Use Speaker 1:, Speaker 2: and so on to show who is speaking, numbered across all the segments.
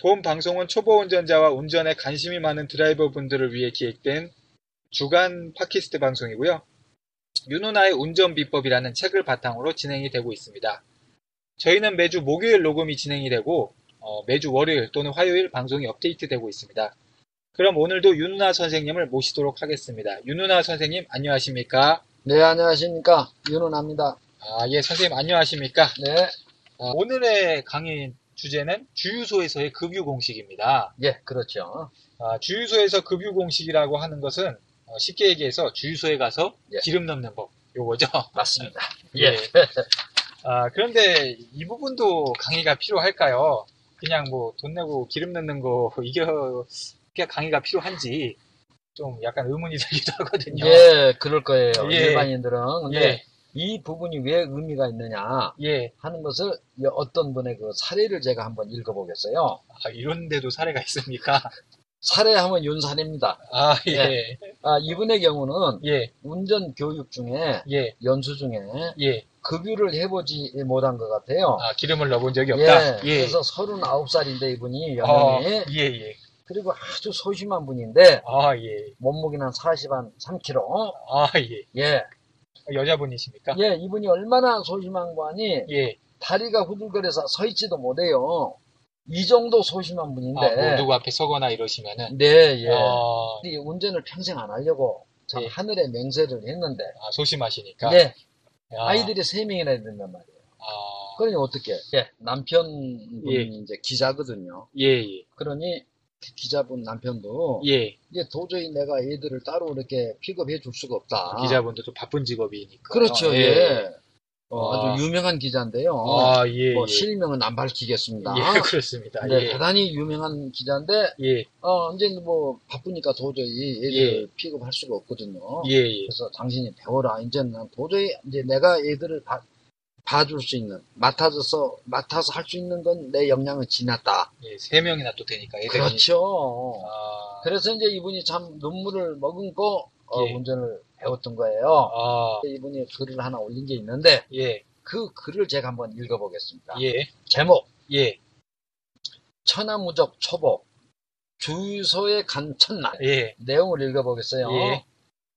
Speaker 1: 본 방송은 초보 운전자와 운전에 관심이 많은 드라이버 분들을 위해 기획된 주간 팟캐스트 방송이고요. 윤누나의 운전 비법이라는 책을 바탕으로 진행이 되고 있습니다. 저희는 매주 목요일 녹음이 진행이 되고, 어, 매주 월요일 또는 화요일 방송이 업데이트되고 있습니다. 그럼 오늘도 윤누나 선생님을 모시도록 하겠습니다. 윤누나 선생님, 안녕하십니까?
Speaker 2: 네, 안녕하십니까. 윤은합니다.
Speaker 1: 아, 예, 선생님, 안녕하십니까.
Speaker 2: 네,
Speaker 1: 아, 오늘의 강의 주제는 주유소에서의 급유 공식입니다.
Speaker 2: 예, 그렇죠.
Speaker 1: 아, 주유소에서 급유 공식이라고 하는 것은 어, 쉽게 얘기해서 주유소에 가서
Speaker 2: 예. 아.
Speaker 1: 기름 넣는 법, 요거죠.
Speaker 2: 맞습니다.
Speaker 1: 예. 아, 그런데 이 부분도 강의가 필요할까요? 그냥 뭐 돈 내고 기름 넣는 거, 이게 그게 강의가 필요한지 좀 약간 의문이 들기도 하거든요.
Speaker 2: 예, 네. 그럴 거예요.
Speaker 1: 예.
Speaker 2: 일반인들은. 근데
Speaker 1: 예,
Speaker 2: 이 부분이 왜 의미가 있느냐
Speaker 1: 예.
Speaker 2: 하는 것을 이 어떤 분의 그 사례를 제가 한번 읽어보겠어요.
Speaker 1: 아, 이런데도 사례가 있습니까?
Speaker 2: 사례하면 윤산입니다.
Speaker 1: 아,
Speaker 2: 예. 아, 이분의 경우는
Speaker 1: 예,
Speaker 2: 운전 교육 중에,
Speaker 1: 예,
Speaker 2: 연수 중에
Speaker 1: 예.
Speaker 2: 급유를 해보지 못한 것 같아요.
Speaker 1: 아, 기름을 넣어본 적이
Speaker 2: 예,
Speaker 1: 없다.
Speaker 2: 그래서 39살인데 이분이
Speaker 1: 어,
Speaker 2: 연령이
Speaker 1: 예, 예.
Speaker 2: 그리고 아주 소심한 분인데
Speaker 1: 아, 예.
Speaker 2: 몸무게는 40한 3kg
Speaker 1: 아, 예.
Speaker 2: 예
Speaker 1: 여자분이십니까?
Speaker 2: 예, 이분이 얼마나 소심한 거니
Speaker 1: 예.
Speaker 2: 다리가 후들거려서 서 있지도 못해요. 이 정도 소심한 분인데.
Speaker 1: 아, 뭐 누구 앞에 서거나 이러시면은
Speaker 2: 네, 예.
Speaker 1: 어,
Speaker 2: 이 운전을 평생 안 하려고 참
Speaker 1: 예.
Speaker 2: 하늘에 맹세를 했는데.
Speaker 1: 아, 소심하시니까.
Speaker 2: 예,
Speaker 1: 아,
Speaker 2: 아이들이 세 명이나 된단 말이에요.
Speaker 1: 아,
Speaker 2: 그러니 어떻게? 예, 남편분이
Speaker 1: 예.
Speaker 2: 이제 기자거든요.
Speaker 1: 예, 예.
Speaker 2: 그러니 기자분 남편도
Speaker 1: 예.
Speaker 2: 이제 도저히 내가 애들을 따로 이렇게 픽업해 줄 수가 없다.
Speaker 1: 아, 기자분도 좀 바쁜 직업이니까.
Speaker 2: 아. 그렇죠, 예. 어,
Speaker 1: 아.
Speaker 2: 아주 유명한 기자인데요.
Speaker 1: 아, 예.
Speaker 2: 뭐
Speaker 1: 예.
Speaker 2: 실명은 안 밝히겠습니다.
Speaker 1: 예, 그렇습니다.
Speaker 2: 네, 대단히 유명한 기자인데,
Speaker 1: 예. 예.
Speaker 2: 어, 이제 뭐, 바쁘니까 도저히 애들 픽업할 수가 없거든요.
Speaker 1: 예, 예.
Speaker 2: 그래서 당신이 배워라. 이제는 난 도저히, 이제 내가 애들을 봐, 봐줄 수 있는, 맡아줘서, 맡아서 할 수 있는 건 내 역량은 지났다.
Speaker 1: 예. 세 명이나 또 되니까 애들이.
Speaker 2: 그렇죠.
Speaker 1: 아,
Speaker 2: 그래서 이제 이분이 참 눈물을 머금고, 어,
Speaker 1: 예.
Speaker 2: 운전을 배웠던 거예요.
Speaker 1: 아,
Speaker 2: 이분이 글을 하나 올린 게 있는데,
Speaker 1: 예.
Speaker 2: 그 글을 제가 한번 읽어보겠습니다.
Speaker 1: 예.
Speaker 2: 제목.
Speaker 1: 예.
Speaker 2: 천하무적 초보 주유소에 간 첫날
Speaker 1: 예.
Speaker 2: 내용을 읽어보겠어요.
Speaker 1: 예.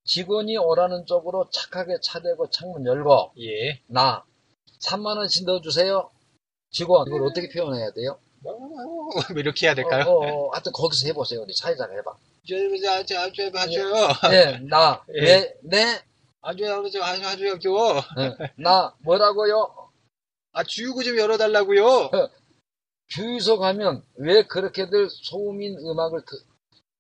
Speaker 2: 직원이 오라는 쪽으로 착하게 차대고 창문 열고
Speaker 1: 예.
Speaker 2: 나 3만 원씩 넣어주세요. 직원 이걸 어떻게 표현해야 돼요?
Speaker 1: 뭐, 이렇게 해야 될까요?
Speaker 2: 어, 어, 하여튼 거기서 해보세요. 우리 사회자가 해봐.
Speaker 1: 아줘아줘아줘
Speaker 2: 네, 나,
Speaker 1: 예.
Speaker 2: 네, 네,
Speaker 1: 아줘요, 아줘요, 아줘요, 아줘요.
Speaker 2: 네, 나 뭐라고요?
Speaker 1: 아, 주유구 좀 열어달라고요.
Speaker 2: 주유소 가면 왜 그렇게들 소음인 음악을 드...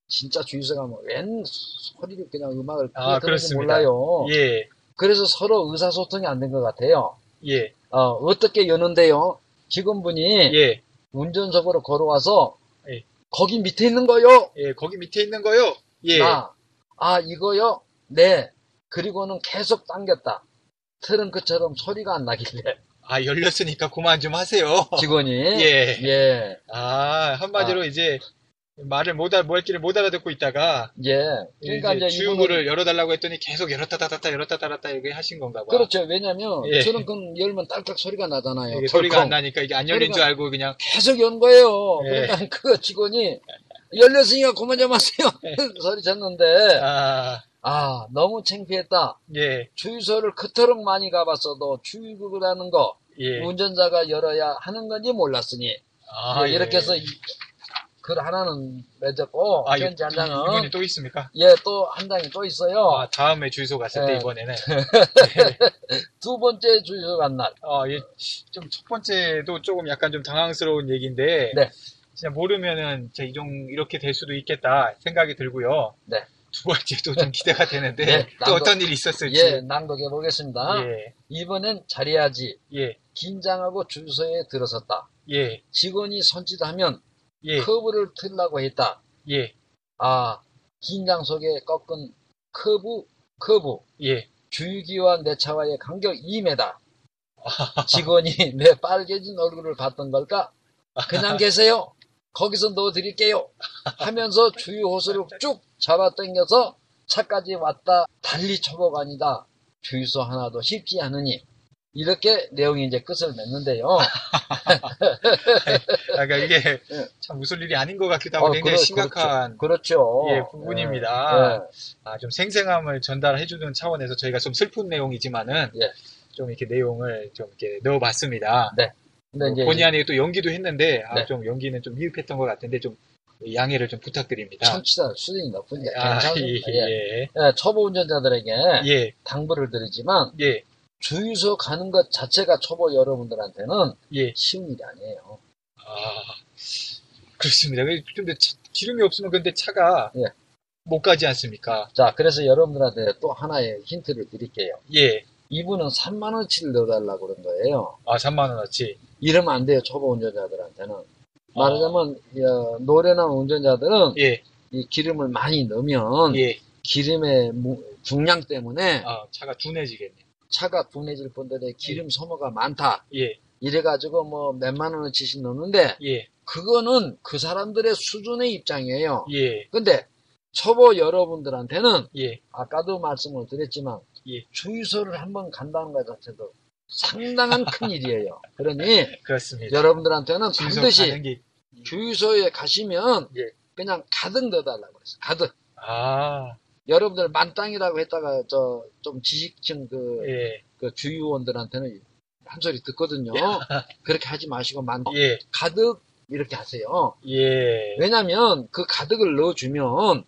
Speaker 2: 진짜 주유소 가면 웬 소리로 그냥 음악을
Speaker 1: 아,
Speaker 2: 틀는지
Speaker 1: 그렇습니다.
Speaker 2: 몰라요.
Speaker 1: 예,
Speaker 2: 그래서 서로 의사소통이 안 된 것 같아요.
Speaker 1: 예,
Speaker 2: 어, 떻게 여는데요? 직원분이
Speaker 1: 예,
Speaker 2: 운전석으로 걸어와서
Speaker 1: 예.
Speaker 2: 거기 밑에 있는 거요.
Speaker 1: 예, 거기 밑에 있는 거요. 예,
Speaker 2: 나. 아 이거요. 네. 그리고는 계속 당겼다. 트렁크처럼 소리가 안 나길래
Speaker 1: 아, 열렸으니까 그만 좀 하세요.
Speaker 2: 직원이
Speaker 1: 예.
Speaker 2: 예.
Speaker 1: 아, 한마디로 이제 말을 못 알, 뭐 할지를 못 알아듣고 있다가
Speaker 2: 예. 그러니까
Speaker 1: 이제
Speaker 2: 이제
Speaker 1: 주유구를
Speaker 2: 이분은-
Speaker 1: 열어달라고 했더니 계속 열었다 닫았다 열었다 닫았다 이렇게 하신 건가 봐.
Speaker 2: 그렇죠. 왜냐면
Speaker 1: 예.
Speaker 2: 트렁크는 열면 딸깍 소리가 나잖아요.
Speaker 1: 이게 소리가 안
Speaker 2: 덜컹.
Speaker 1: 나니까 이게 안 열린
Speaker 2: 소리가-
Speaker 1: 줄 알고 그냥
Speaker 2: 계속 연 거예요.
Speaker 1: 예.
Speaker 2: 그러니까 그 직원이 열렸으니까 그만 좀 하세요. 소리 쳤는데
Speaker 1: 예. 아,
Speaker 2: 아, 너무 창피했다.
Speaker 1: 예,
Speaker 2: 주유소를 그토록 많이 가봤어도 주유구라는 거
Speaker 1: 예,
Speaker 2: 운전자가 열어야 하는 건지 몰랐으니
Speaker 1: 아,
Speaker 2: 예, 이렇게 해서 이- 글 하나는 맺었고
Speaker 1: 아,
Speaker 2: 편지 한
Speaker 1: 이번에
Speaker 2: 장은
Speaker 1: 또 있습니까?
Speaker 2: 예 또 한 장이 또 있어요.
Speaker 1: 아, 다음에 주유소 갔을 때
Speaker 2: 네.
Speaker 1: 이번에는
Speaker 2: 두 번째 주유소 간 날.
Speaker 1: 어, 좀 첫 번째도 조금 약간 좀 당황스러운 얘기인데
Speaker 2: 네.
Speaker 1: 진짜 모르면은 진짜 이종 이렇게 될 수도 있겠다 생각이 들고요.
Speaker 2: 네.
Speaker 1: 두 번째도 좀 기대가 되는데
Speaker 2: 네,
Speaker 1: 또
Speaker 2: 나도-
Speaker 1: 어떤 일이 있었을지
Speaker 2: 예, 아. 낭독해 보겠습니다.
Speaker 1: 예,
Speaker 2: 이번엔 잘해야지.
Speaker 1: 예,
Speaker 2: 긴장하고 주유소에 들어섰다.
Speaker 1: 예,
Speaker 2: 직원이 선짓하면
Speaker 1: 예,
Speaker 2: 커브를 틀라고 했다.
Speaker 1: 예,
Speaker 2: 아, 긴장 속에 꺾은 커브, 커브.
Speaker 1: 예.
Speaker 2: 주유기와 내 차와의 간격 2m. 직원이 내 빨개진 얼굴을 봤던 걸까? 그냥 계세요. 거기서 넣어드릴게요. 하면서 주유 호스를 쭉 잡아당겨서 차까지 왔다. 달리 초보가 아니다. 주유소 하나도 쉽지 않으니. 이렇게 내용이 이제 끝을 맺는데요.
Speaker 1: 아, 그러니까 이게
Speaker 2: 예.
Speaker 1: 참 웃을 일이 아닌 것 같기도 하고
Speaker 2: 어,
Speaker 1: 굉장히
Speaker 2: 그렇-
Speaker 1: 심각한
Speaker 2: 그렇죠.
Speaker 1: 예, 부분입니다.
Speaker 2: 예,
Speaker 1: 아, 좀 생생함을 전달해주는 차원에서 저희가 좀 슬픈 내용이지만은
Speaker 2: 예.
Speaker 1: 좀 이렇게 내용을 좀 이렇게 넣어봤습니다.
Speaker 2: 예. 근데 이제
Speaker 1: 뭐 본의 아니게 또 연기도 했는데 아,
Speaker 2: 네.
Speaker 1: 좀 연기는 좀 미흡했던 것 같은데 좀 양해를 좀 부탁드립니다.
Speaker 2: 청취자 수준이 높으니까
Speaker 1: 아,
Speaker 2: 괜찮습니다. 예.
Speaker 1: 예,
Speaker 2: 예, 초보 운전자들에게
Speaker 1: 예,
Speaker 2: 당부를 드리지만
Speaker 1: 예,
Speaker 2: 주유소 가는 것 자체가 초보 여러분들한테는
Speaker 1: 예.
Speaker 2: 쉬운 일이 아니에요.
Speaker 1: 아, 그렇습니다. 그- 근데 차- 기름이 없으면 근데 차가
Speaker 2: 예.
Speaker 1: 못 가지 않습니까?
Speaker 2: 자, 그래서 여러분들한테 또 하나의 힌트를 드릴게요.
Speaker 1: 예. 이분은
Speaker 2: 이분은 3만 원치를 넣어달라고 그런 거예요.
Speaker 1: 아, 3만 원어치.
Speaker 2: 이러면 안 돼요, 초보 운전자들한테는. 말하자면 어, 노련한 운전자들은
Speaker 1: 예,
Speaker 2: 이 기름을 많이 넣으면
Speaker 1: 예.
Speaker 2: 기름의 무- 중량 때문에
Speaker 1: 아, 차가 둔해지겠네.
Speaker 2: 차가 분해질 뿐더러 기름 소모가 많다.
Speaker 1: 예,
Speaker 2: 이래가지고 뭐 몇만 원어치씩 넣는데
Speaker 1: 예,
Speaker 2: 그거는 그 사람들의 수준의 입장이에요.
Speaker 1: 예,
Speaker 2: 근데 초보 여러분들한테는
Speaker 1: 예,
Speaker 2: 아까도 말씀을 드렸지만
Speaker 1: 예.
Speaker 2: 주유소를 한번 간다는 것 자체도 상당한 큰 일이에요. 그러니
Speaker 1: 그렇습니다.
Speaker 2: 여러분들한테는
Speaker 1: 주유소
Speaker 2: 반드시
Speaker 1: 가는 게-
Speaker 2: 주유소에 가시면
Speaker 1: 예.
Speaker 2: 그냥 가득 넣어달라고 그랬어요. 가득.
Speaker 1: 아,
Speaker 2: 여러분들 만땅이라고 했다가 저 좀 지식층 그,
Speaker 1: 예,
Speaker 2: 그 주유원들한테는 한 소리 듣거든요. 그렇게 하지 마시고 만
Speaker 1: 예,
Speaker 2: 가득 이렇게 하세요.
Speaker 1: 예.
Speaker 2: 왜냐면 그 가득을 넣어주면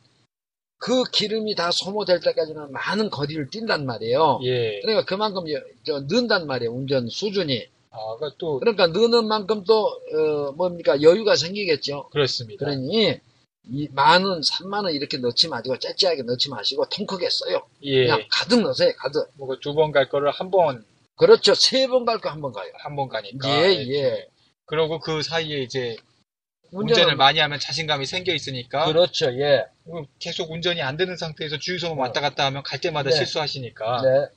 Speaker 2: 그 기름이 다 소모될 때까지는 많은 거리를 뛴단 말이에요.
Speaker 1: 예.
Speaker 2: 그러니까 그만큼 여- 저, 넣는단 말이에요. 운전 수준이.
Speaker 1: 아, 그 또,
Speaker 2: 그러니까 넣는 만큼 또, 어, 뭡니까, 여유가 생기겠죠.
Speaker 1: 그렇습니다. 네.
Speaker 2: 그러니, 이 만원, 삼만원 이렇게 넣지 마시고, 째째하게 넣지 마시고, 통 크게 써요.
Speaker 1: 예.
Speaker 2: 그냥 가득 넣으세요, 가득.
Speaker 1: 뭐, 두 번 갈 거를 한 번,
Speaker 2: 그렇죠. 세 번 갈 거 한 번 가요.
Speaker 1: 한 번 가니까.
Speaker 2: 예, 예.
Speaker 1: 그러고 그 사이에 이제, 운전을,
Speaker 2: 운전을,
Speaker 1: 많이 하면 자신감이 생겨 있으니까.
Speaker 2: 뭐- 그렇죠, 예.
Speaker 1: 계속 운전이 안 되는 상태에서 주유소만
Speaker 2: 어.
Speaker 1: 왔다 갔다 하면 갈 때마다
Speaker 2: 네.
Speaker 1: 실수하시니까.
Speaker 2: 네.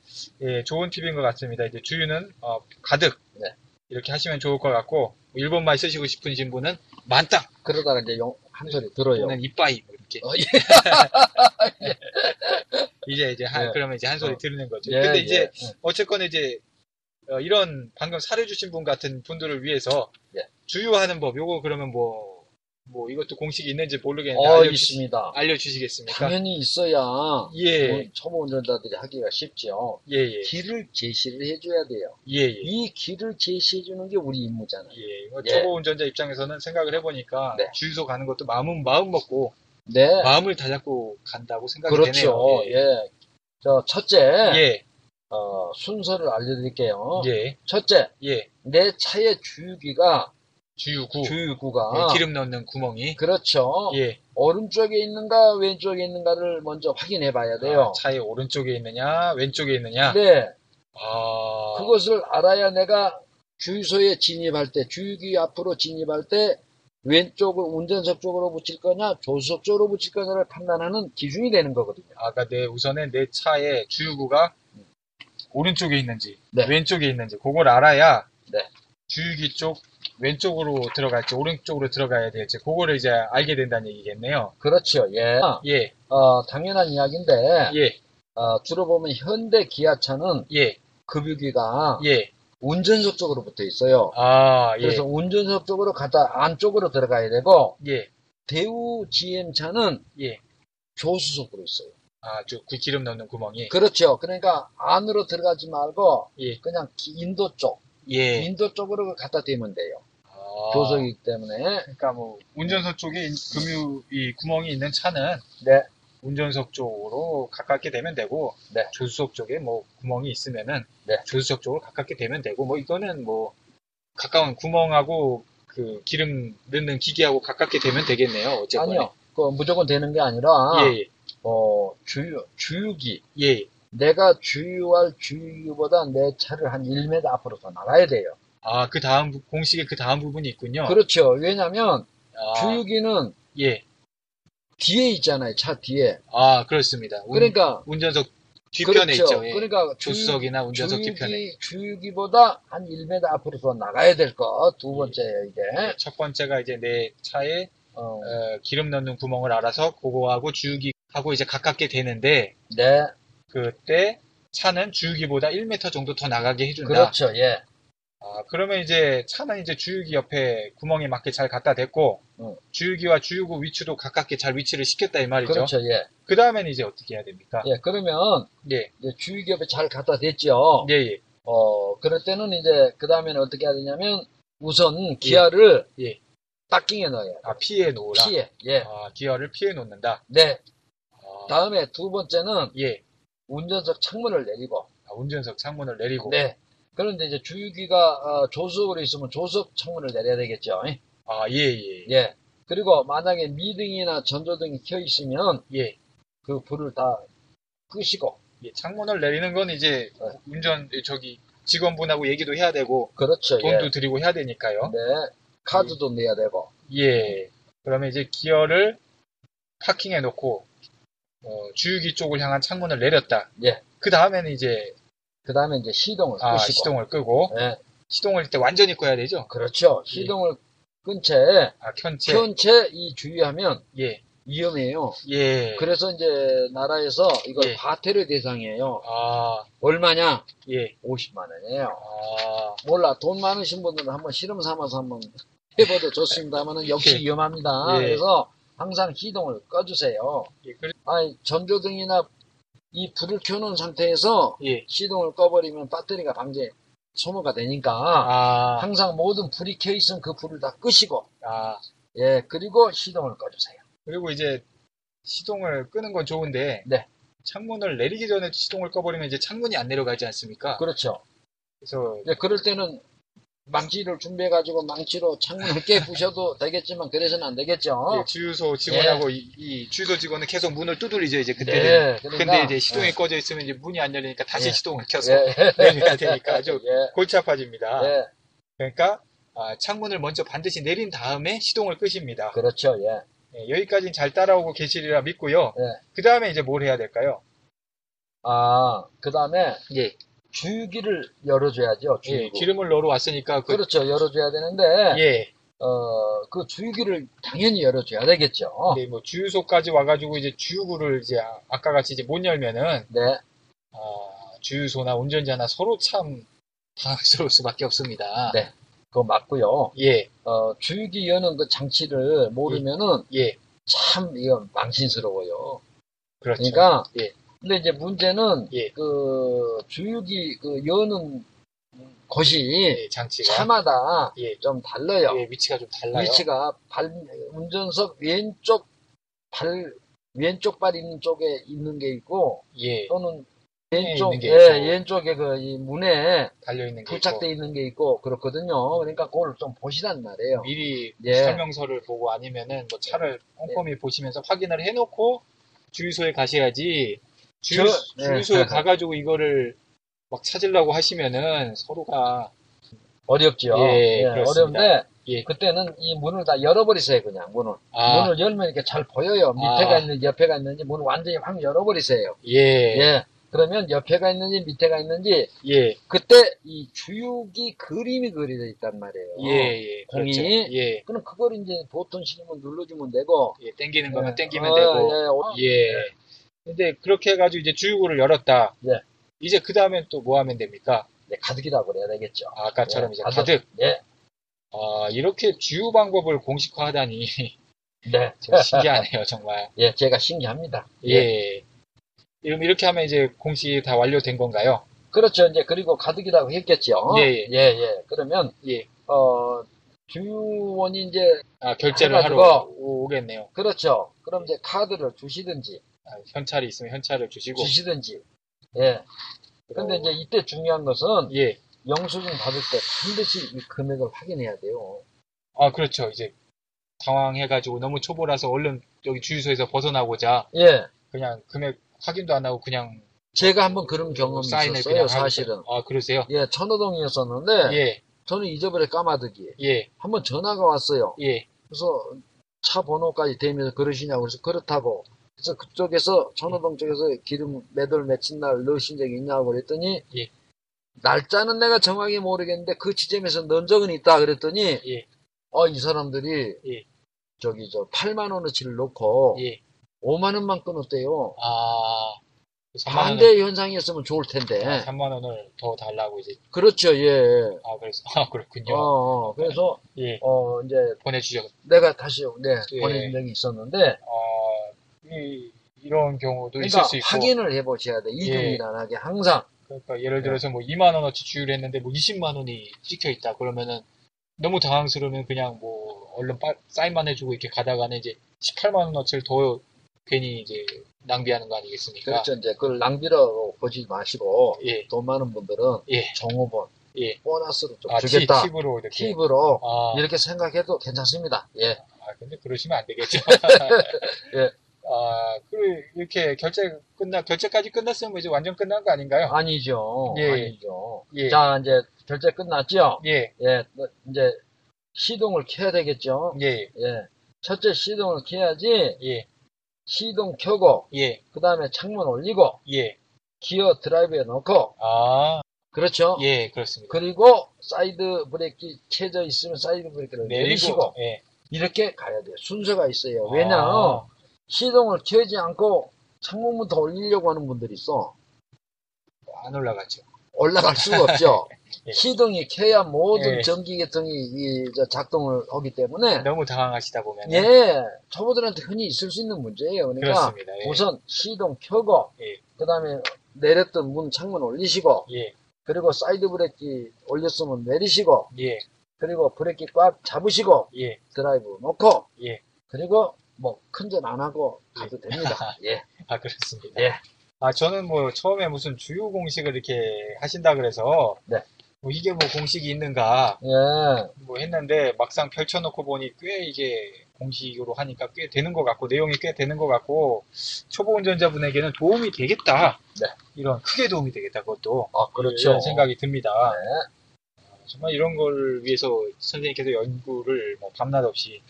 Speaker 1: 예, 좋은 팁인 것 같습니다. 이제 주유는, 어, 가득.
Speaker 2: 네.
Speaker 1: 이렇게 하시면 좋을 것 같고, 뭐 일본말 쓰시고 싶으신 분은 만땅
Speaker 2: 그러다가 이제 용, 한 소리 들어요.
Speaker 1: 또는 이빠이. 뭐 이렇게.
Speaker 2: 어, 예.
Speaker 1: 이제, 이제, 한,
Speaker 2: 네.
Speaker 1: 그러면 이제 한 소리
Speaker 2: 어.
Speaker 1: 들리는 거죠.
Speaker 2: 예,
Speaker 1: 근데 이제,
Speaker 2: 예.
Speaker 1: 어쨌건 이제 어, 이런 방금 사례 주신 분 같은 분들을 위해서
Speaker 2: 예.
Speaker 1: 주유하는 법 요거 그러면 뭐, 뭐 이것도 공식이 있는지 모르겠는데
Speaker 2: 어,
Speaker 1: 알려주시,
Speaker 2: 있습니다.
Speaker 1: 겠습니까
Speaker 2: 당연히 있어야
Speaker 1: 예,
Speaker 2: 뭐 초보 운전자들이 하기가 쉽죠.
Speaker 1: 예, 예,
Speaker 2: 길을 제시를 해줘야 돼요.
Speaker 1: 예, 예.
Speaker 2: 이 길을 제시해주는 게 우리 임무잖아요.
Speaker 1: 예, 이거
Speaker 2: 예.
Speaker 1: 초보 운전자 입장에서는 생각을 해보니까
Speaker 2: 네.
Speaker 1: 주유소 가는 것도 마음은 마음 먹고
Speaker 2: 네,
Speaker 1: 마음을 다잡고 간다고 생각이
Speaker 2: 그렇죠.
Speaker 1: 되네요.
Speaker 2: 예, 저 첫째
Speaker 1: 예,
Speaker 2: 어, 순서를 알려드릴게요.
Speaker 1: 예,
Speaker 2: 첫째,
Speaker 1: 예.
Speaker 2: 내 차의 주유기가
Speaker 1: 주유구,
Speaker 2: 주유구가
Speaker 1: 예, 기름 넣는 구멍이,
Speaker 2: 그렇죠.
Speaker 1: 예,
Speaker 2: 오른쪽에 있는가 왼쪽에 있는가를 먼저 확인해봐야 돼요.
Speaker 1: 아, 차의 오른쪽에 있느냐, 왼쪽에 있느냐.
Speaker 2: 네,
Speaker 1: 아,
Speaker 2: 그것을 알아야 내가 주유소에 진입할 때, 주유기 앞으로 진입할 때, 왼쪽을 운전석 쪽으로 붙일 거냐, 조수석 쪽으로 붙일 거냐를 판단하는 기준이 되는 거거든요.
Speaker 1: 아까 그러니까 내 우선은 내 차의 주유구가 오른쪽에 있는지
Speaker 2: 네.
Speaker 1: 왼쪽에 있는지 그걸 알아야
Speaker 2: 네.
Speaker 1: 주유기 쪽 왼쪽으로 들어갈지 오른쪽으로 들어가야 될지 그거를 이제 알게 된다는 얘기겠네요.
Speaker 2: 그렇죠, 예.
Speaker 1: 예,
Speaker 2: 어, 당연한 이야기인데,
Speaker 1: 예,
Speaker 2: 어, 주로 보면 현대 기아차는
Speaker 1: 예,
Speaker 2: 급유기가
Speaker 1: 예.
Speaker 2: 운전석 쪽으로 붙어 있어요.
Speaker 1: 아, 예,
Speaker 2: 그래서 운전석 쪽으로 가다 안쪽으로 들어가야 되고,
Speaker 1: 예,
Speaker 2: 대우 GM차는
Speaker 1: 예.
Speaker 2: 조수석으로 있어요.
Speaker 1: 아, 저 구- 기름 넣는 구멍이.
Speaker 2: 그렇죠. 그러니까 안으로 들어가지 말고,
Speaker 1: 예.
Speaker 2: 그냥 기- 인도 쪽,
Speaker 1: 예.
Speaker 2: 인도 쪽으로 갖다 대면 돼요.
Speaker 1: 아,
Speaker 2: 교섭이기 때문에
Speaker 1: 그러니까 뭐 운전석 쪽에 인- 금유 이 구멍이 있는 차는
Speaker 2: 네.
Speaker 1: 운전석 쪽으로 가깝게 되면 되고
Speaker 2: 네.
Speaker 1: 조수석 쪽에 뭐 구멍이 있으면은
Speaker 2: 네.
Speaker 1: 조수석 쪽으로 가깝게 되면 되고 뭐 이거는 뭐 가까운 구멍하고 그 기름 넣는 기계하고 가깝게 되면 되겠네요. 어쨌거나.
Speaker 2: 아니요. 그 무조건 되는 게 아니라
Speaker 1: 예,
Speaker 2: 어, 주유 주유기
Speaker 1: 예. 예.
Speaker 2: 내가 주유할 주유기보다 내 차를 한 1m 앞으로 더 나가야 돼요.
Speaker 1: 아, 그 다음 부- 공식의 그 다음 부분이 있군요.
Speaker 2: 그렇죠. 왜냐하면
Speaker 1: 아,
Speaker 2: 주유기는
Speaker 1: 예.
Speaker 2: 뒤에 있잖아요. 차 뒤에.
Speaker 1: 아, 그렇습니다. 운,
Speaker 2: 그러니까
Speaker 1: 운전석 뒤편에
Speaker 2: 그렇죠.
Speaker 1: 있죠. 예.
Speaker 2: 그러니까 주유-
Speaker 1: 조수석이나 운전석 뒤편에.
Speaker 2: 주유기, 주유기보다 한 1m 앞으로 더 나가야 될 거 두 번째예요 이게.
Speaker 1: 네, 첫 번째가 이제 내 차에
Speaker 2: 어,
Speaker 1: 어, 기름 넣는 구멍을 알아서 그거하고 주유기하고 이제 가깝게 되는데
Speaker 2: 네,
Speaker 1: 그때 차는 주유기보다 1m 정도 더 나가게 해준다.
Speaker 2: 그렇죠. 예,
Speaker 1: 아, 그러면 이제 차는 이제 주유기 옆에 구멍에 맞게 잘 갖다 댔고
Speaker 2: 어.
Speaker 1: 주유기와 주유구 위치도 가깝게 잘 위치를 시켰다 이 말이죠.
Speaker 2: 그렇죠. 예,
Speaker 1: 그 다음에는 이제 어떻게 해야 됩니까?
Speaker 2: 예. 그러면
Speaker 1: 예,
Speaker 2: 이제 주유기 옆에 잘 갖다 댔죠.
Speaker 1: 예, 예.
Speaker 2: 어, 그럴 때는 이제 그 다음에는 어떻게 해야 되냐면 우선 기아를
Speaker 1: 예.
Speaker 2: 빡킹에 넣어요.
Speaker 1: 아, 피해 놓으라.
Speaker 2: 피해. 예.
Speaker 1: 아, 기어를 피해 놓는다.
Speaker 2: 네.
Speaker 1: 아,
Speaker 2: 다음에 두 번째는
Speaker 1: 예.
Speaker 2: 운전석 창문을 내리고.
Speaker 1: 아, 운전석 창문을 내리고.
Speaker 2: 네. 그런데 이제 주유기가 어, 조수석으로 있으면 조수석 창문을 내려야 되겠죠.
Speaker 1: 아, 예, 예,
Speaker 2: 예. 그리고 만약에 미등이나 전조등이 켜 있으면
Speaker 1: 예.
Speaker 2: 그 불을 다 끄시고.
Speaker 1: 예, 창문을 내리는 건 이제
Speaker 2: 네.
Speaker 1: 운전 저기 직원분하고 얘기도 해야 되고
Speaker 2: 그렇죠.
Speaker 1: 돈도
Speaker 2: 예.
Speaker 1: 드리고 해야 되니까요.
Speaker 2: 네. 카드도 내야 되고.
Speaker 1: 예. 그러면 이제 기어를 파킹해 놓고 어, 주유기 쪽을 향한 창문을 내렸다.
Speaker 2: 예.
Speaker 1: 그 다음에는 이제
Speaker 2: 그 다음에 이제 시동을
Speaker 1: 아,
Speaker 2: 끄시고.
Speaker 1: 시동을 끄고
Speaker 2: 예.
Speaker 1: 시동을 이때 완전히 꺼야 되죠.
Speaker 2: 그렇죠.
Speaker 1: 예.
Speaker 2: 시동을 끈채
Speaker 1: 아, 켠채.
Speaker 2: 현체 이 주의하면
Speaker 1: 예.
Speaker 2: 위험해요.
Speaker 1: 예.
Speaker 2: 그래서 이제 나라에서 이걸
Speaker 1: 예.
Speaker 2: 과태료 대상이에요.
Speaker 1: 아,
Speaker 2: 얼마냐?
Speaker 1: 예.
Speaker 2: 50만 원이에요.
Speaker 1: 아,
Speaker 2: 몰라 돈 많으신 분들은 한번 실험 삼아서 한번 해봐도 좋습니다만은 역시
Speaker 1: 예.
Speaker 2: 위험합니다.
Speaker 1: 예.
Speaker 2: 그래서 항상 시동을 꺼주세요.
Speaker 1: 예. 그래-
Speaker 2: 아니 전조등이나 이 불을 켜놓은 상태에서
Speaker 1: 예.
Speaker 2: 시동을 꺼버리면 배터리가 방제 소모가 되니까
Speaker 1: 아,
Speaker 2: 항상 모든 불이 켜 있으면 그 불을 다 끄시고
Speaker 1: 아.
Speaker 2: 예 그리고 시동을 꺼주세요.
Speaker 1: 그리고 이제 시동을 끄는 건 좋은데
Speaker 2: 네.
Speaker 1: 창문을 내리기 전에 시동을 꺼버리면 이제 창문이 안 내려가지 않습니까?
Speaker 2: 그렇죠.
Speaker 1: 그래서
Speaker 2: 이제 그럴 때는 망치를 준비해가지고 망치로 창문을 깨부셔도 되겠지만 그래서는 안 되겠죠.
Speaker 1: 예, 주유소 직원하고 이, 이 주유소 직원은 계속 문을 두드리죠 이제 예, 그때는.
Speaker 2: 네,
Speaker 1: 근데 이제 시동이
Speaker 2: 예,
Speaker 1: 꺼져 있으면 이제 문이 안 열리니까 다시
Speaker 2: 예.
Speaker 1: 시동을 켜서
Speaker 2: 예,
Speaker 1: 내려야 되니까 아주
Speaker 2: 예,
Speaker 1: 골치 아파집니다.
Speaker 2: 예,
Speaker 1: 그러니까 아, 창문을 먼저 반드시 내린 다음에 시동을 끄십니다.
Speaker 2: 그렇죠, 예.
Speaker 1: 예, 여기까지는 잘 따라오고 계시리라 믿고요.
Speaker 2: 예.
Speaker 1: 그 다음에 이제 뭘 해야 될까요?
Speaker 2: 아, 그 다음에
Speaker 1: 예.
Speaker 2: 주유기를 열어줘야죠,
Speaker 1: 예,
Speaker 2: 주유기.
Speaker 1: 기름을 넣으러 왔으니까 그
Speaker 2: 그렇죠, 열어줘야 되는데,
Speaker 1: 예.
Speaker 2: 어, 그 주유기를 당연히 열어줘야 되겠죠.
Speaker 1: 근데 뭐 주유소까지 와가지고 이제 주유구를 이제 아- 아까 같이 이제 못 열면은
Speaker 2: 네,
Speaker 1: 아, 주유소나 운전자나 서로 참 당황스러울 수밖에 없습니다.
Speaker 2: 네. 그거 맞고요.
Speaker 1: 예,
Speaker 2: 어, 주유기 여는 그 장치를 모르면은
Speaker 1: 예,
Speaker 2: 참 이건 망신스러워요.
Speaker 1: 그렇죠.
Speaker 2: 그러니까
Speaker 1: 예.
Speaker 2: 근데 이제 문제는
Speaker 1: 예.
Speaker 2: 그 주유기 그 여는 곳이
Speaker 1: 예, 장치가
Speaker 2: 차마다
Speaker 1: 예.
Speaker 2: 좀 달라요.
Speaker 1: 예, 위치가 좀 달라요.
Speaker 2: 위치가 발 운전석 왼쪽 발 왼쪽 발 있는 쪽에 있는 게 있고
Speaker 1: 예,
Speaker 2: 또는
Speaker 1: 문에
Speaker 2: 왼쪽
Speaker 1: 있는 게 그렇죠.
Speaker 2: 예,
Speaker 1: 있고.
Speaker 2: 왼쪽에 그 이 문에
Speaker 1: 달려 있는 게
Speaker 2: 부착돼 있는 게 있고 그렇거든요. 그러니까 그걸 좀 보시란 말이에요.
Speaker 1: 있고. 미리
Speaker 2: 예.
Speaker 1: 설명서를 보고 아니면은 뭐 차를 꼼꼼히 보시면서 확인을 해놓고 주유소에 가셔야지 주유,
Speaker 2: 저- 예.
Speaker 1: 주유소에 가가지고 이거를 막 찾으려고 하시면은 서로가
Speaker 2: 어렵죠.
Speaker 1: 예, 그렇습니다.
Speaker 2: 어려운데
Speaker 1: 예.
Speaker 2: 그때는 이 문을 다 열어버리세요 그냥 문을.
Speaker 1: 아,
Speaker 2: 문을 열면 이렇게 잘 보여요.
Speaker 1: 아.
Speaker 2: 밑에가 있는지 옆에가 있는지 문을 완전히 확 열어버리세요.
Speaker 1: 예,
Speaker 2: 예. 그러면 옆에가 있는지 밑에가 있는지
Speaker 1: 예,
Speaker 2: 그때 이 주육이 그림이 그려져 있단 말이에요.
Speaker 1: 예, 예.
Speaker 2: 어, 공이-
Speaker 1: 그렇죠. 예.
Speaker 2: 그럼 그걸 이제 보통 시키면 눌러주면 되고.
Speaker 1: 예, 땡기는 거면
Speaker 2: 예.
Speaker 1: 땡기면
Speaker 2: 어,
Speaker 1: 되고.
Speaker 2: 예, 어,
Speaker 1: 예. 근데 그렇게 해가지고 이제 주유구를 열었다.
Speaker 2: 예.
Speaker 1: 이제 그 다음엔 또 뭐 하면 됩니까?
Speaker 2: 예, 가득이라고 그래야 되겠죠.
Speaker 1: 아, 아까처럼 이제
Speaker 2: 예,
Speaker 1: 가득.
Speaker 2: 예.
Speaker 1: 아, 이렇게 주유 방법을 공식화하다니.
Speaker 2: 네.
Speaker 1: 좀 신기하네요, 정말.
Speaker 2: 예, 제가 신기합니다.
Speaker 1: 예. 그럼 이렇게 하면 이제 공식이 다 완료된 건가요?
Speaker 2: 그렇죠. 이제 그리고 가득이라고 했겠죠.
Speaker 1: 예, 예.
Speaker 2: 예, 예. 그러면
Speaker 1: 예.
Speaker 2: 어 주유원이 이제
Speaker 1: 아, 결제를 하러
Speaker 2: 해가지고.
Speaker 1: 오- 오겠네요.
Speaker 2: 그렇죠. 그럼 이제 카드를 주시든지
Speaker 1: 아, 현찰이 있으면 현찰을 주시고.
Speaker 2: 주시든지. 예. 근데 이제 이때 중요한 것은
Speaker 1: 예.
Speaker 2: 영수증 받을 때 반드시 이 금액을 확인해야 돼요.
Speaker 1: 아, 그렇죠. 이제 당황해가지고 너무 초보라서 얼른 여기 주유소에서 벗어나고자
Speaker 2: 예.
Speaker 1: 그냥 금액 확인도 안 하고 그냥
Speaker 2: 제가 한번 그런 경험이
Speaker 1: 사인을
Speaker 2: 있었어요,
Speaker 1: 그냥 하고
Speaker 2: 사실은. 네.
Speaker 1: 아, 그러세요?
Speaker 2: 예, 천호동이었었는데
Speaker 1: 예,
Speaker 2: 저는 잊어버려 까마득이.
Speaker 1: 예,
Speaker 2: 한번 전화가 왔어요.
Speaker 1: 예,
Speaker 2: 그래서 차 번호까지 대면서 그러시냐고 그래서 그렇다고 그래서 그쪽에서
Speaker 1: 예.
Speaker 2: 천호동 쪽에서 기름 몇월 며칠 날 넣으신 적이 있냐고 그랬더니
Speaker 1: 예.
Speaker 2: 날짜는 내가 정확히 모르겠는데 그 지점에서 넣은 적은 있다 그랬더니
Speaker 1: 예.
Speaker 2: 어 이 사람들이
Speaker 1: 예.
Speaker 2: 저기 저 8만 원어치를 넣고
Speaker 1: 예.
Speaker 2: 5만 원만 끊었대요
Speaker 1: 아, 3만 원을,
Speaker 2: 반대 현상이었으면 좋을 텐데
Speaker 1: 아, 3만 원을 더 달라고 이제,
Speaker 2: 그렇죠 예
Speaker 1: 아, 그래서, 아, 그렇군요.
Speaker 2: 어, 어, 그래서
Speaker 1: 예,
Speaker 2: 어 이제
Speaker 1: 보내주셔서,
Speaker 2: 내가 다시 네
Speaker 1: 예.
Speaker 2: 보내준 적이 있었는데
Speaker 1: 어, 이, 이런 경우도 있을
Speaker 2: 그러니까
Speaker 1: 수 있고, 예.
Speaker 2: 확인을 해보셔야 돼. 이중일 안 하게 항상.
Speaker 1: 그러니까 예를 들어서 뭐 2만 원어치 주유를 했는데 뭐 20만 원이 찍혀 있다. 그러면은 너무 당황스러우면 그냥 뭐 얼른 빠- 사인만 해주고 이렇게 가다가는 이제 18만 원어치를 더 괜히 이제 낭비하는 거 아니겠습니까?
Speaker 2: 그렇죠. 이제 그걸 낭비라고 보지 마시고
Speaker 1: 예,
Speaker 2: 돈 많은 분들은
Speaker 1: 예,
Speaker 2: 정호번,
Speaker 1: 예.
Speaker 2: 보너스로 좀
Speaker 1: 아, 티-
Speaker 2: 주겠다.
Speaker 1: 팁으로 이렇게.
Speaker 2: 팁으로 예.
Speaker 1: 아,
Speaker 2: 이렇게 생각해도 괜찮습니다. 예.
Speaker 1: 아, 근데 그러시면 안 되겠죠.
Speaker 2: 예.
Speaker 1: 아, 그리고 이렇게 결제 끝나, 결제까지 끝났으면 뭐 이제 완전 끝난 거 아닌가요?
Speaker 2: 아니죠.
Speaker 1: 예.
Speaker 2: 아니죠.
Speaker 1: 예,
Speaker 2: 자, 이제 결제 끝났죠?
Speaker 1: 예,
Speaker 2: 예. 이제 시동을 켜야 되겠죠?
Speaker 1: 예,
Speaker 2: 예. 첫째 시동을 켜야지
Speaker 1: 예,
Speaker 2: 시동 켜고
Speaker 1: 예,
Speaker 2: 그다음에 창문 올리고
Speaker 1: 예.
Speaker 2: 기어 드라이브에 넣고
Speaker 1: 아,
Speaker 2: 그렇죠?
Speaker 1: 예, 그렇습니다.
Speaker 2: 그리고 사이드 브레이크 켜져 있으면 사이드 브레이크를 내리시고
Speaker 1: 내리고, 예.
Speaker 2: 이렇게 가야 돼요. 순서가 있어요.
Speaker 1: 아.
Speaker 2: 왜냐하면 시동을 켜지 않고 창문문 더 올리려고 하는 분들이 있어.
Speaker 1: 아, 안 올라갔죠.
Speaker 2: 올라갈 수가 없죠.
Speaker 1: 예.
Speaker 2: 시동이 켜야 모든
Speaker 1: 예.
Speaker 2: 전기계통이 이, 저 작동을 하기 때문에
Speaker 1: 너무 당황하시다 보면 은
Speaker 2: 예, 초보들한테 흔히 있을 수 있는 문제예요. 그러니까
Speaker 1: 네. 그렇습니다. 예.
Speaker 2: 우선 시동 켜고
Speaker 1: 예.
Speaker 2: 그다음에 내렸던 문 창문 올리시고
Speaker 1: 예,
Speaker 2: 그리고 사이드 브레이크 올렸으면 내리시고
Speaker 1: 예,
Speaker 2: 그리고 브레이크 꽉 잡으시고
Speaker 1: 예.
Speaker 2: 드라이브 놓고
Speaker 1: 예.
Speaker 2: 그리고 뭐 큰전 안 하고 가도 됩니다. 예.
Speaker 1: 아, 그렇습니다.
Speaker 2: 예.
Speaker 1: 아, 저는 뭐 처음에 무슨 주유 공식을 이렇게 하신다 그래서
Speaker 2: 네.
Speaker 1: 뭐 이게 뭐 공식이 있는가
Speaker 2: 예.
Speaker 1: 뭐 했는데 막상 펼쳐놓고 보니 꽤 이게 공식으로 하니까 꽤 되는 것 같고 내용이 꽤 되는 것 같고 초보 운전자분에게는 도움이 되겠다.
Speaker 2: 네.
Speaker 1: 이런 크게 도움이 되겠다 그것도
Speaker 2: 아,
Speaker 1: 이런 생각이 듭니다. 정말 이런 걸 위해서 선생님께서 연구를 뭐 밤낮 없이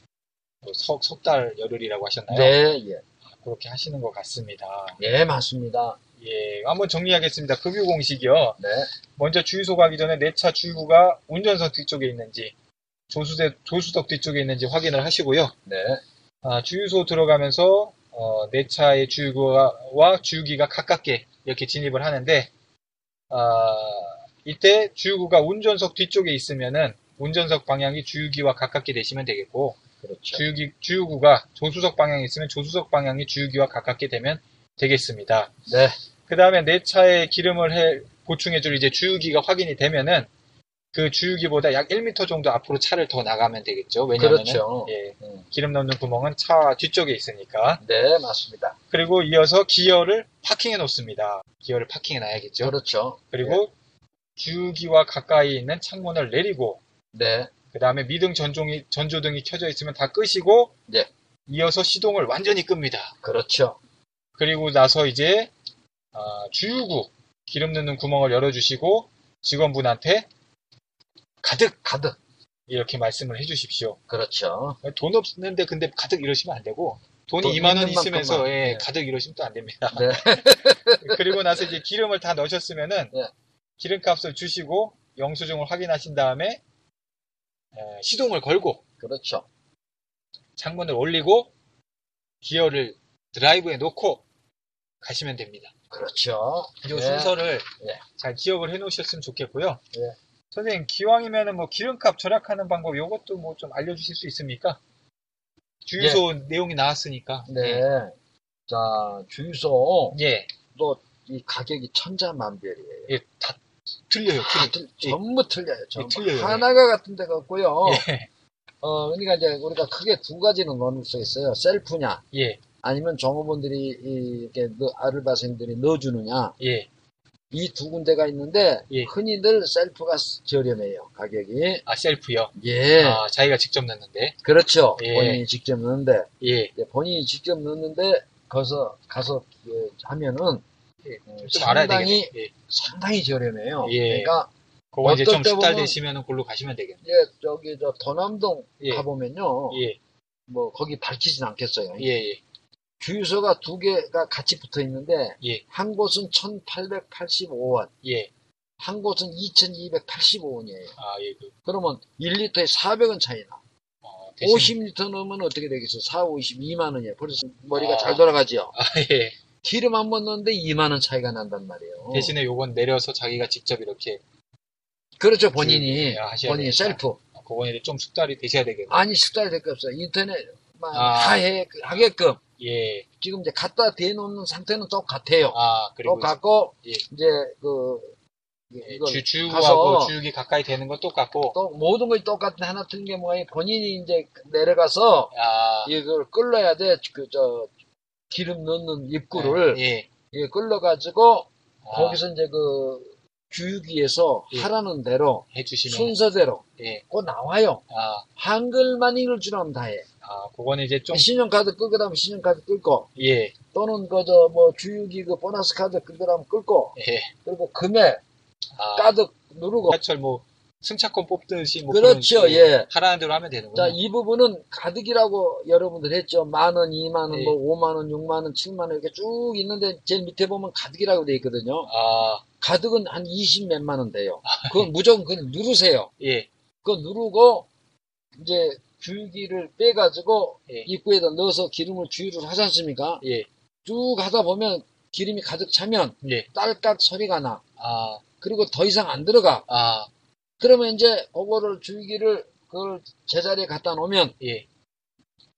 Speaker 1: 뭐 석, 석달 열흘이라고 하셨나요?
Speaker 2: 네, 예.
Speaker 1: 그렇게 하시는 것 같습니다.
Speaker 2: 예, 맞습니다.
Speaker 1: 예, 한번 정리하겠습니다. 급유 공식이요.
Speaker 2: 네.
Speaker 1: 먼저 주유소 가기 전에 내 차 주유구가 운전석 뒤쪽에 있는지, 조수대, 조수석 뒤쪽에 있는지 확인을 하시고요.
Speaker 2: 네.
Speaker 1: 아, 주유소 들어가면서 어, 내 차의 주유구와 주유기가 가깝게 이렇게 진입을 하는데 아, 이때 주유구가 운전석 뒤쪽에 있으면은 운전석 방향이 주유기와 가깝게 되시면 되겠고
Speaker 2: 그렇죠.
Speaker 1: 주유기 주유구가 조수석 방향에 있으면 조수석 방향이 주유기와 가깝게 되면 되겠습니다.
Speaker 2: 네.
Speaker 1: 그 다음에 내 차에 기름을 해- 보충해줄 이제 주유기가 확인이 되면은 그 주유기보다 약 1m 정도 앞으로 차를 더 나가면 되겠죠. 왜냐하면
Speaker 2: 그렇죠.
Speaker 1: 예,
Speaker 2: 음.
Speaker 1: 기름 넣는 구멍은 차 뒤쪽에 있으니까.
Speaker 2: 네, 맞습니다.
Speaker 1: 그리고 이어서 기어를 파킹해 놓습니다. 기어를 파킹해 놔야겠죠.
Speaker 2: 그렇죠.
Speaker 1: 그리고 주기와 가까이 있는 창문을 내리고,
Speaker 2: 네.
Speaker 1: 그 다음에 미등 전종이, 전조등이 켜져 있으면 다 끄시고,
Speaker 2: 네.
Speaker 1: 이어서 시동을 완전히 끕니다.
Speaker 2: 그렇죠.
Speaker 1: 그리고 나서 이제, 아, 주유구, 기름 넣는 구멍을 열어주시고, 직원분한테 가득!
Speaker 2: 가득.
Speaker 1: 이렇게 말씀을 해 주십시오.
Speaker 2: 그렇죠.
Speaker 1: 돈 없는데 근데 가득 이러시면 안 되고 돈이
Speaker 2: 돈
Speaker 1: 2만 원
Speaker 2: 있는
Speaker 1: 있으면서
Speaker 2: 만큼만.
Speaker 1: 예,
Speaker 2: 네.
Speaker 1: 가득 이러시면 또 안 됩니다.
Speaker 2: 네.
Speaker 1: 그리고 나서 이제 기름을 다 넣으셨으면은
Speaker 2: 네.
Speaker 1: 기름값을 주시고 영수증을 확인하신 다음에 에, 시동을 걸고
Speaker 2: 그렇죠.
Speaker 1: 창문을 올리고 기어를 드라이브에 놓고 가시면 됩니다.
Speaker 2: 그렇죠.
Speaker 1: 이
Speaker 2: 네.
Speaker 1: 순서를 예,
Speaker 2: 네.
Speaker 1: 잘 기억을 해놓으셨으면 좋겠고요.
Speaker 2: 네.
Speaker 1: 선생님 기왕이면은 뭐 기름값 절약하는 방법 이것도 뭐 좀 알려주실 수 있습니까? 주유소 내용이 나왔으니까.
Speaker 2: 예. 네. 자, 주유소
Speaker 1: 예,
Speaker 2: 이 가격이 천차만별이에요.
Speaker 1: 예, 다 틀려요. 틀
Speaker 2: 틀- 전부 틀려요. 전부.
Speaker 1: 아, 예. 틀려요.
Speaker 2: 하나가 같은 데가 없고요.
Speaker 1: 예,
Speaker 2: 어, 그러니까 이제 우리가 크게 두 가지는 나눌 수 있어요. 셀프냐,
Speaker 1: 예,
Speaker 2: 아니면 종업원들이 이- 이렇게 넣- 아르바생들이 넣어주느냐.
Speaker 1: 예.
Speaker 2: 이 두 군데가 있는데
Speaker 1: 예.
Speaker 2: 흔히들 셀프가 저렴해요 가격이
Speaker 1: 아, 셀프요?
Speaker 2: 예
Speaker 1: 아, 자기가 직접 넣는데.
Speaker 2: 그렇죠
Speaker 1: 예.
Speaker 2: 본인이 직접 넣는데
Speaker 1: 예.
Speaker 2: 이제 본인이 직접 넣는데 가서 가서 예, 하면은
Speaker 1: 예,
Speaker 2: 어,
Speaker 1: 좀 알아야
Speaker 2: 상당히
Speaker 1: 되겠네. 예.
Speaker 2: 상당히 저렴해요
Speaker 1: 예.
Speaker 2: 그러니까
Speaker 1: 그거 이제 좀
Speaker 2: 어떨 때
Speaker 1: 숙달
Speaker 2: 보면-
Speaker 1: 되시면은 골로 가시면 되겠네.
Speaker 2: 이제 저기 저 더남동
Speaker 1: 예.
Speaker 2: 가보면요
Speaker 1: 예,
Speaker 2: 뭐 거기 밝히진 않겠어요
Speaker 1: 예, 예.
Speaker 2: 주유소가 두 개가 같이 붙어 있는데
Speaker 1: 예.
Speaker 2: 한 곳은 1,885원
Speaker 1: 예.
Speaker 2: 한 곳은 2,285원이에요
Speaker 1: 아, 예. 그,
Speaker 2: 그러면 1리터에 400원 차이나.
Speaker 1: 어, 대신-
Speaker 2: 50리터 넣으면 어떻게 되겠어? 4, 52만 원이에요. 벌써 머리가
Speaker 1: 아.
Speaker 2: 잘 돌아가지요.
Speaker 1: 아, 예.
Speaker 2: 기름 한 번 넣는데 2만 원 차이가 난단 말이에요.
Speaker 1: 대신에 요건 내려서 자기가 직접 이렇게,
Speaker 2: 그렇죠, 본인이.
Speaker 1: 아, 하셔야
Speaker 2: 본인이
Speaker 1: 되겠다.
Speaker 2: 셀프.
Speaker 1: 아, 그거는 이제 좀 숙달이 되셔야 되겠네.
Speaker 2: 아니, 식사할 될거 없어요. 인터넷만
Speaker 1: 아.
Speaker 2: 다 해, 하게끔.
Speaker 1: 예.
Speaker 2: 지금 이제 갖다 대놓는 상태는 똑같아요.
Speaker 1: 아, 그리고
Speaker 2: 똑같고,
Speaker 1: 예.
Speaker 2: 이제 그,
Speaker 1: 예,
Speaker 2: 이걸
Speaker 1: 주, 주하고
Speaker 2: 가서-
Speaker 1: 주육이 가까이 되는 건 똑같고,
Speaker 2: 또 모든 것이 똑같은데 하나 틀린 게 뭐예요? 본인이 이제 내려가서
Speaker 1: 아,
Speaker 2: 이걸 끌어야 돼. 그, 저, 기름 넣는 입구를.
Speaker 1: 예.
Speaker 2: 예, 끌러가지고
Speaker 1: 아,
Speaker 2: 거기서 이제 그 교육위에서
Speaker 1: 예.
Speaker 2: 하라는 대로
Speaker 1: 해주시면.
Speaker 2: 순서대로
Speaker 1: 예.
Speaker 2: 꼭 나와요.
Speaker 1: 아,
Speaker 2: 한글만 읽을 줄 알면 다 해.
Speaker 1: 아, 그거는 이제 좀,
Speaker 2: 신용카드 끌고 다면 신용카드 끌고
Speaker 1: 예,
Speaker 2: 또는 그저 뭐 주유기 그 보너스 카드 끌고 다면 끌고
Speaker 1: 예.
Speaker 2: 그리고 금액
Speaker 1: 아,
Speaker 2: 까득 누르고
Speaker 1: 지하철 뭐, 승차권 뽑듯이 뭐,
Speaker 2: 그렇죠,
Speaker 1: 그런,
Speaker 2: 예.
Speaker 1: 하라는 대로 하면 되는
Speaker 2: 자,
Speaker 1: 거죠.
Speaker 2: 이 부분은 가득이라고 여러분들 했죠. 만 원, 이만 원,
Speaker 1: 예.
Speaker 2: 뭐 오만 원, 육만 원, 칠만 원 이렇게 쭉 있는데 제일 밑에 보면 가득이라고 돼 있거든요.
Speaker 1: 아,
Speaker 2: 가득은 한 20 몇만 원 돼요. 그건 무조건 그걸 누르세요.
Speaker 1: 예,
Speaker 2: 그거 누르고 이제 줄기를 빼가지고
Speaker 1: 예.
Speaker 2: 입구에다 넣어서 기름을 주유를 하지 않습니까?
Speaker 1: 예,
Speaker 2: 쭉 하다 보면 기름이 가득 차면
Speaker 1: 예.
Speaker 2: 딸깍 소리가 나.
Speaker 1: 아,
Speaker 2: 그리고 더 이상 안 들어가.
Speaker 1: 아,
Speaker 2: 그러면 이제 그거를 줄기를 그걸 제자리에 갖다 놓으면
Speaker 1: 예,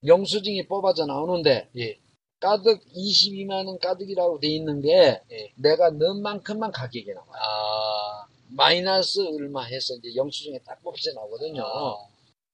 Speaker 2: 영수증이 뽑아져 나오는데
Speaker 1: 예.
Speaker 2: 가득 22만 원 가득이라고 돼 있는 게
Speaker 1: 예.
Speaker 2: 내가 넣은 만큼만 가격이 나와요.
Speaker 1: 아,
Speaker 2: 마이너스 얼마 해서 이제 영수증에 딱 뽑혀 나오거든요.
Speaker 1: 아,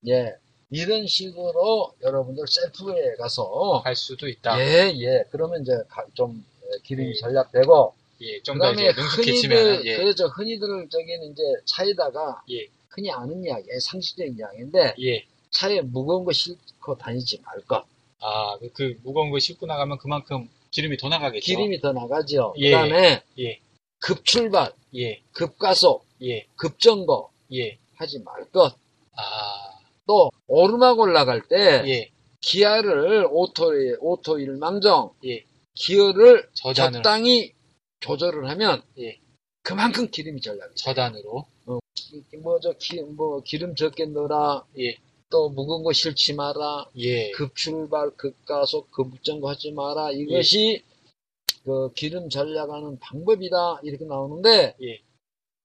Speaker 2: 예. 이런 식으로 여러분들 셀프에 가서
Speaker 1: 할 수도 있다. 예,
Speaker 2: 예, 예. 그러면 이제 가- 좀 예, 기름이 절약되고
Speaker 1: 예, 좀 더
Speaker 2: 그다음에
Speaker 1: 이제
Speaker 2: 흔히들
Speaker 1: 능숙해지면, 예,
Speaker 2: 그렇죠. 흔히들 저기는 이제 차에다가
Speaker 1: 예.
Speaker 2: 흔히 아는 이야기, 상식적인 이야기인데
Speaker 1: 예.
Speaker 2: 차에 무거운 거 싣고 다니지 말 것.
Speaker 1: 아, 그, 그 무거운 거 싣고 나가면 그만큼 기름이 더 나가겠죠.
Speaker 2: 기름이 더 나가죠.
Speaker 1: 예.
Speaker 2: 그다음에
Speaker 1: 예.
Speaker 2: 급출발,
Speaker 1: 예,
Speaker 2: 급가속,
Speaker 1: 예,
Speaker 2: 급정거
Speaker 1: 예,
Speaker 2: 하지 말 것.
Speaker 1: 아,
Speaker 2: 또 오르막 올라갈 때
Speaker 1: 예,
Speaker 2: 기아를 오토 오토 일망정
Speaker 1: 예.
Speaker 2: 기어를
Speaker 1: 저단으로,
Speaker 2: 적당히 조절을 하면
Speaker 1: 예.
Speaker 2: 그만큼 기름이 절약이 돼.
Speaker 1: 저단으로,
Speaker 2: 뭐저 기, 뭐 기름 적게 넣어라.
Speaker 1: 예.
Speaker 2: 또 묵은 거 싫지 마라.
Speaker 1: 예,
Speaker 2: 급출발, 급가속, 급정거 하지 마라. 이것이 그 기름 절약하는 방법이다. 이렇게 나오는데
Speaker 1: 예.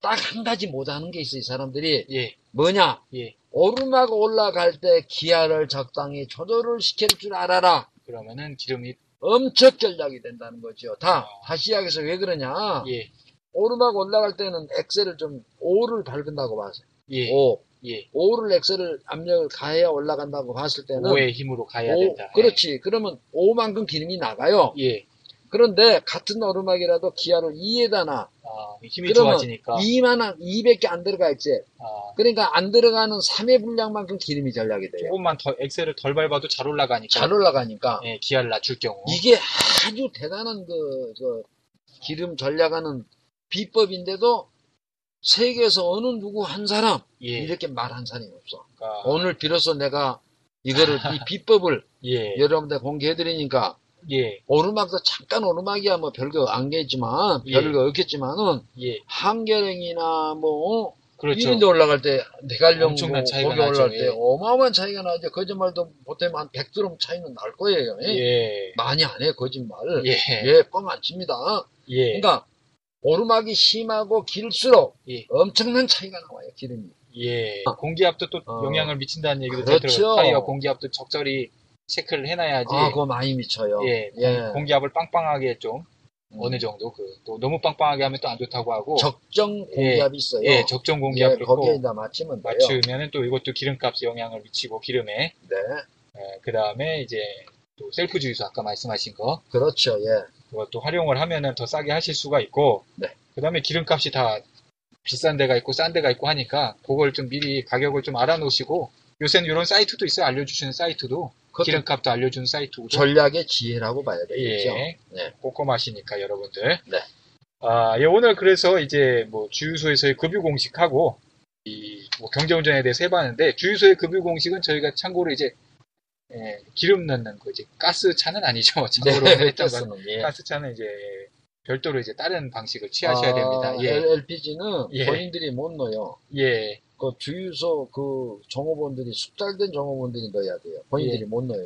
Speaker 2: 딱 한 가지 못하는 게 있어요. 이 사람들이
Speaker 1: 예,
Speaker 2: 뭐냐?
Speaker 1: 예.
Speaker 2: 오르막 올라갈 때 기아를 적당히 조절을 시킬 줄 알아라.
Speaker 1: 그러면은 기름이,
Speaker 2: 엄청 절약이 된다는 거죠. 다
Speaker 1: 아.
Speaker 2: 다시 이야기해서 왜 그러냐?
Speaker 1: 예,
Speaker 2: 오르막 올라갈 때는 엑셀을 좀 5를 밟은다고 봤어요.
Speaker 1: 예,
Speaker 2: 5.
Speaker 1: 예,
Speaker 2: 5를 엑셀을 압력을 가해야 올라간다고 봤을 때는
Speaker 1: 오의 힘으로 가야
Speaker 2: 오- 그렇죠.
Speaker 1: 된다.
Speaker 2: 그렇지. 그러면 5만큼 기름이 나가요.
Speaker 1: 예,
Speaker 2: 그런데 같은 오르막이라도 기아를 2에다나
Speaker 1: 아, 힘이
Speaker 2: 그러면
Speaker 1: 좋아지니까,
Speaker 2: 2만 원 200개 안 들어가 있지.
Speaker 1: 아,
Speaker 2: 그러니까 안 들어가는 3의 분량만큼 기름이 전략이 돼요.
Speaker 1: 조금만 더 엑셀을 덜 밟아도 잘 올라가니까,
Speaker 2: 잘 올라가니까
Speaker 1: 그렇죠. 예, 기아를 낮출 경우,
Speaker 2: 이게 아주 대단한 그, 그 기름 전략하는 비법인데도 세계에서 어느 누구 한 사람
Speaker 1: 예,
Speaker 2: 이렇게 말한 사람이 없어.
Speaker 1: 그러니까,
Speaker 2: 오늘 비로소 내가 이거를 이 비법을
Speaker 1: 예,
Speaker 2: 여러분들 공개해드리니까
Speaker 1: 예,
Speaker 2: 오르막도 잠깐 오르막이야 뭐 별거 안겠지만
Speaker 1: 예.
Speaker 2: 별거 없겠지만은
Speaker 1: 예,
Speaker 2: 한계령이나 뭐 어?
Speaker 1: 그렇죠.
Speaker 2: 이런데 올라갈 때 내갈령
Speaker 1: 엄청난 차이가
Speaker 2: 거기 올라갈
Speaker 1: 나죠,
Speaker 2: 때
Speaker 1: 예.
Speaker 2: 어마어마한 차이가 나죠. 거짓말도 못하면 한 100드럼 차이는 날 거예요.
Speaker 1: 예,
Speaker 2: 많이 안 해 거짓말.
Speaker 1: 예,
Speaker 2: 예, 뻥 안 칩니다.
Speaker 1: 예,
Speaker 2: 그러니까 오르막이 심하고 길수록
Speaker 1: 예.
Speaker 2: 엄청난 차이가 나와요 기름이.
Speaker 1: 예, 공기압도 또
Speaker 2: 어.
Speaker 1: 영향을 미친다는 얘기도
Speaker 2: 그렇죠.
Speaker 1: 들어요. 타이어 공기압도 적절히 체크를 해놔야지.
Speaker 2: 아, 그거 많이 아, 미쳐요. 음.
Speaker 1: 예,
Speaker 2: 예.
Speaker 1: 공기압을 빵빵하게 좀 어느 정도 그 또 너무 빵빵하게 하면 또 안 좋다고 하고
Speaker 2: 적정 공기압이 있어요.
Speaker 1: 예 적정 공기압
Speaker 2: 예,
Speaker 1: 그렇고
Speaker 2: 거기에다 맞추면 돼요.
Speaker 1: 맞추면은 또 이것도 기름값에 영향을 미치고 기름에
Speaker 2: 네,
Speaker 1: 그 다음에 이제 또 셀프 주유소 아까 말씀하신 거
Speaker 2: 그렇죠. 예,
Speaker 1: 그것도 활용을 하면은 더 싸게 하실 수가 있고
Speaker 2: 네.
Speaker 1: 그 다음에 기름값이 다 비싼 데가 있고 싼 데가 있고 하니까 그걸 좀 미리 가격을 좀 알아놓으시고 요새는 이런 사이트도 있어요 알려주시는 사이트도
Speaker 2: 그것도
Speaker 1: 기름값도 알려주는 사이트고
Speaker 2: 전략의 지혜라고 봐야 되겠죠.
Speaker 1: 예.
Speaker 2: 네.
Speaker 1: 꼼꼼하시니까 여러분들.
Speaker 2: 네.
Speaker 1: 아, 예, 오늘 그래서 이제 뭐 주유소에서의 급유 공식하고 이뭐 경제운전에 대해서 해봤는데 주유소의 급유 공식은 저희가 참고로 이제 예, 기름 넣는 거 이제 가스차는 아니죠. 참고로
Speaker 2: 네,
Speaker 1: 했던 건.
Speaker 2: 가스는 예.
Speaker 1: 가스차는 이제 별도로 이제 다른 방식을 취하셔야
Speaker 2: 아,
Speaker 1: 됩니다.
Speaker 2: 네.
Speaker 1: 예,
Speaker 2: LPG는
Speaker 1: 예.
Speaker 2: 본인들이 못 넣어요.
Speaker 1: 예,
Speaker 2: 그 주유소 그 정호원들이 숙달된 정호원들이 넣어야 돼요. 본인들이 못 넣어요.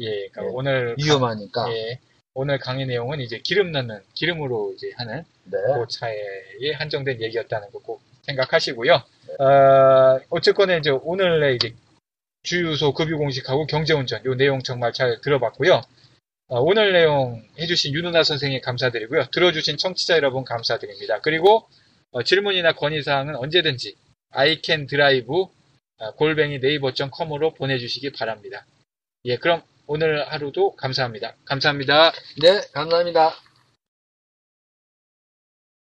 Speaker 2: 예.
Speaker 1: 예. 그러니까
Speaker 2: 예.
Speaker 1: 오늘 강-
Speaker 2: 위험하니까.
Speaker 1: 예, 오늘 강의 내용은 이제 기름 넣는 기름으로 이제 하는
Speaker 2: 네.
Speaker 1: 그 차에 한정된 얘기였다는 거 꼭 생각하시고요. 어, 어쨌거나 이제 오늘의 이제 주유소 급유 공식하고 경제운전 요 내용 정말 잘 들어봤고요. 어, 오늘 내용 해주신 윤은아 선생님 감사드리고요. 들어주신 청취자 여러분 감사드립니다. 그리고 어, 질문이나 건의사항은 언제든지 iCanDrive 골뱅이 네이버.com으로 보내주시기 바랍니다. 예, 그럼 오늘 하루도 감사합니다. 감사합니다.
Speaker 2: 네, 감사합니다.